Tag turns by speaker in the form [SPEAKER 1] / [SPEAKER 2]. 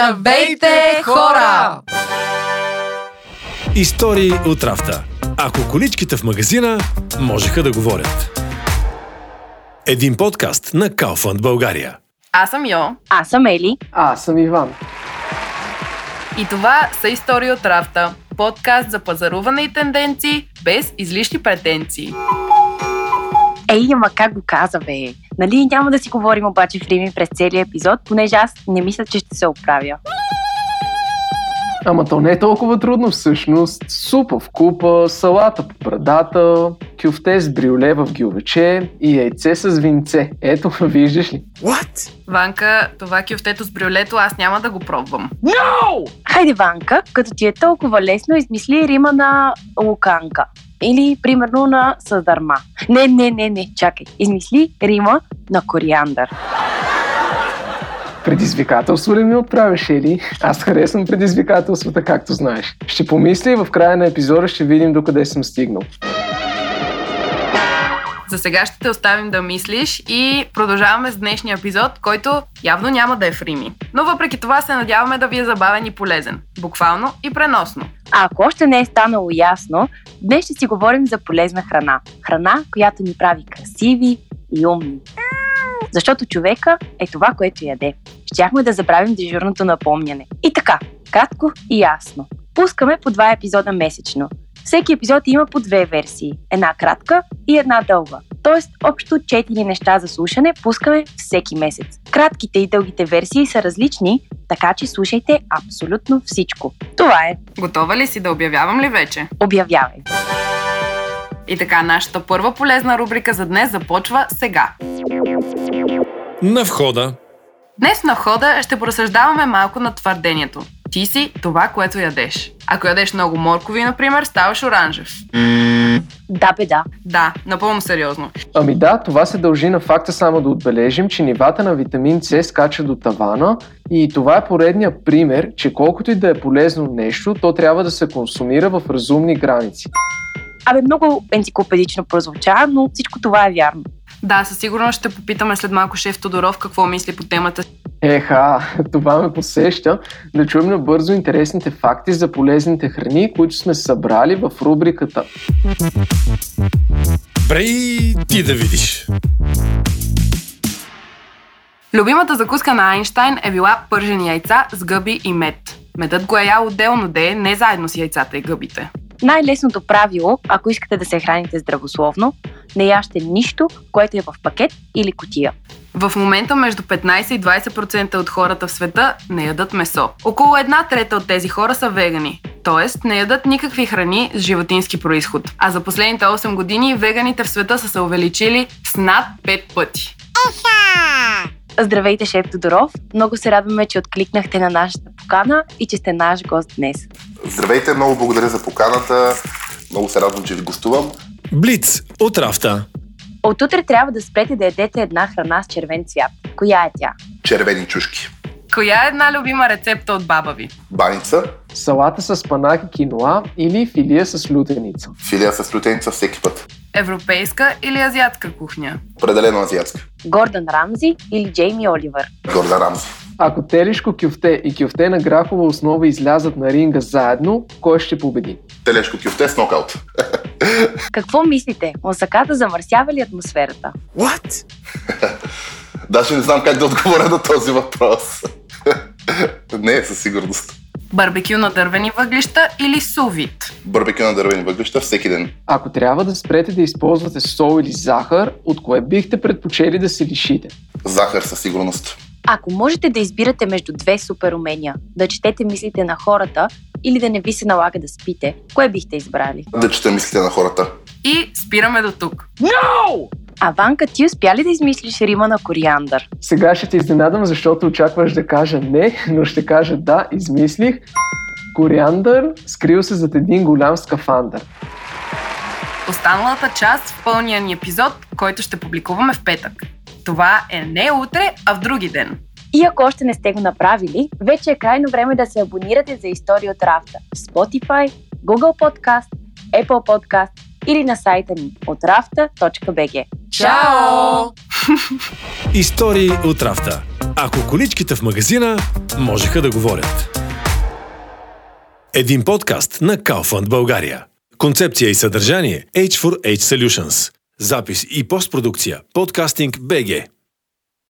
[SPEAKER 1] Здравейте, хора!
[SPEAKER 2] Истории от рафта. Ако количките в магазина можеха да говорят. Един подкаст на Kaufland България.
[SPEAKER 1] Аз съм Йо
[SPEAKER 3] Аз съм Ели.
[SPEAKER 4] Аз съм Иван.
[SPEAKER 1] и това са Истории от Рафта. Подкаст за пазаруване и тенденции без излишни претенции.
[SPEAKER 3] Ей, ама как го каза, бе? Нали няма да си говорим обаче в Рими през целия епизод, понеже аз не мисля, че ще се оправя.
[SPEAKER 4] Ама то не е толкова трудно всъщност. Супа в купа, салата по брадата, кюфте с брюле в гилвече и яйце с винце. Ето, виждаш ли?
[SPEAKER 1] Ванка, това кюфтето с брюлето аз няма да го пробвам.
[SPEAKER 3] Хайде, Ванка, като ти е толкова лесно, измисли Рима на Луканка. Или, примерно, на Съдарма. Не, не, не, не, чакай. Измисли Рима на Кориандър.
[SPEAKER 4] Предизвикателство ли ми отправяш, Ели? Аз харесвам предизвикателствата, както знаеш. Ще помисля и в края на епизода ще видим докъде съм стигнал.
[SPEAKER 1] За сега ще те оставим да мислиш и продължаваме с днешния епизод, който явно няма да е в Рими. Но въпреки това се надяваме да ви е забавен и полезен. Буквално и преносно.
[SPEAKER 3] А ако още не е станало ясно, днес ще си говорим за полезна храна. Храна, която ни прави красиви и умни. Защото човека е това, което яде. Щяхме да забравим дежурното напомняне. И така, кратко и ясно. Пускаме по два епизода месечно. Всеки епизод има по две версии. Една кратка и една дълга. Тоест, общо 4 неща за слушане пускаме всеки месец. Кратките и дългите версии са различни, така че слушайте абсолютно всичко. Това е
[SPEAKER 1] Готова ли си да обявявам ли вече?
[SPEAKER 3] Обявявай.
[SPEAKER 1] И така, нашата първа полезна рубрика за днес започва сега.
[SPEAKER 2] На входа.
[SPEAKER 1] Днес на хода ще поразсъждаваме малко на твърдението. Ти си това, което ядеш. Ако ядеш много моркови, например, ставаш оранжев.
[SPEAKER 3] Да, бе, да.
[SPEAKER 1] Да, напълно сериозно.
[SPEAKER 4] Ами да, това се дължи на факта само да отбележим, че нивата на витамин С скача до тавана и това е поредния пример, че колкото и да е полезно нещо, то трябва да се консумира в разумни граници.
[SPEAKER 3] Абе, много енциклопедично прозвуча, но всичко това е вярно.
[SPEAKER 1] Да, със сигурност ще попитаме след малко шеф Тодоров какво мисли по темата.
[SPEAKER 4] Еха, това ме посеща да чуем набързо интересните факти за полезните храни, които сме събрали в рубриката.
[SPEAKER 2] Брей, ти да видиш.
[SPEAKER 1] Любимата закуска на Айнштайн е била пържени яйца с гъби и мед. Медът го е ял отделно де, не заедно с яйцата и гъбите.
[SPEAKER 3] Най-лесното правило, ако искате да се храните здравословно, не яще нищо, което е в пакет или котия.
[SPEAKER 1] В момента между 15 и 20% от хората в света не ядат месо. Около една трета от тези хора са вегани, т.е. не ядат никакви храни с животински происход. А за последните 8 години веганите в света са се увеличили с над 5 пъти.
[SPEAKER 3] Здравейте, шеф Тодоров! Много се радваме, че откликнахте на нашата покана и че сте наш гост днес.
[SPEAKER 5] Здравейте, много благодаря за поканата. Много се радвам, че ви гостувам.
[SPEAKER 2] Блиц от рафта.
[SPEAKER 3] От утре трябва да спрете да ядете една храна с червен цвят. Коя е тя?
[SPEAKER 5] Червени чушки.
[SPEAKER 1] Коя е една любима рецепта от баба ви?
[SPEAKER 5] Баница,
[SPEAKER 4] Салата с панаки киноа или филия с лютеница.
[SPEAKER 5] филия с лютеница всеки път.
[SPEAKER 1] Европейска или азиатска кухня?
[SPEAKER 5] Определено азиатска.
[SPEAKER 3] Гордън Рамзи или Джейми Оливър?
[SPEAKER 5] Горда Рамзи.
[SPEAKER 4] Ако телешко кюфте и кюфте на грахова основа излязат на ринга заедно, кой ще победи?
[SPEAKER 5] Телешко кюфте с нокаут.
[SPEAKER 3] Какво мислите? Осаката замърсява ли атмосферата?
[SPEAKER 5] Даже не знам как да отговоря на този въпрос. Не, със сигурност.
[SPEAKER 1] Барбекю на дървени въглища или сувит?
[SPEAKER 5] Барбекю на дървени въглища всеки ден.
[SPEAKER 4] Ако трябва да спрете да използвате сол или захар, от кое бихте предпочели да се лишите?
[SPEAKER 5] Захар със сигурност.
[SPEAKER 3] Ако можете да избирате между две супер умения, да четете мислите на хората или да не ви се налага да спите, кое бихте избрали?
[SPEAKER 5] Да чета мислите на хората.
[SPEAKER 1] И спираме до тук.
[SPEAKER 3] А Ванка, ти успя ли да измислиш рима на кориандър?
[SPEAKER 4] Сега ще те изненадам, защото очакваш да кажа не, но ще кажа да, измислих. Кориандър скрил се зад един голям скафандър.
[SPEAKER 1] Останалата част в пълния ни епизод, който ще публикуваме в петък. Това е не утре, а в други ден.
[SPEAKER 3] И ако още не сте го направили, вече е крайно време да се абонирате за История от Рафта в Spotify, Google Podcast, Apple Podcast или на сайта ни от rafta.bg.
[SPEAKER 1] Чао!
[SPEAKER 2] Истории от рафта. Ако количките в магазина можеха да говорят. Един подкаст на Kaufland България. Концепция и съдържание H4H Solutions. Запис и постпродукция Podcasting BG.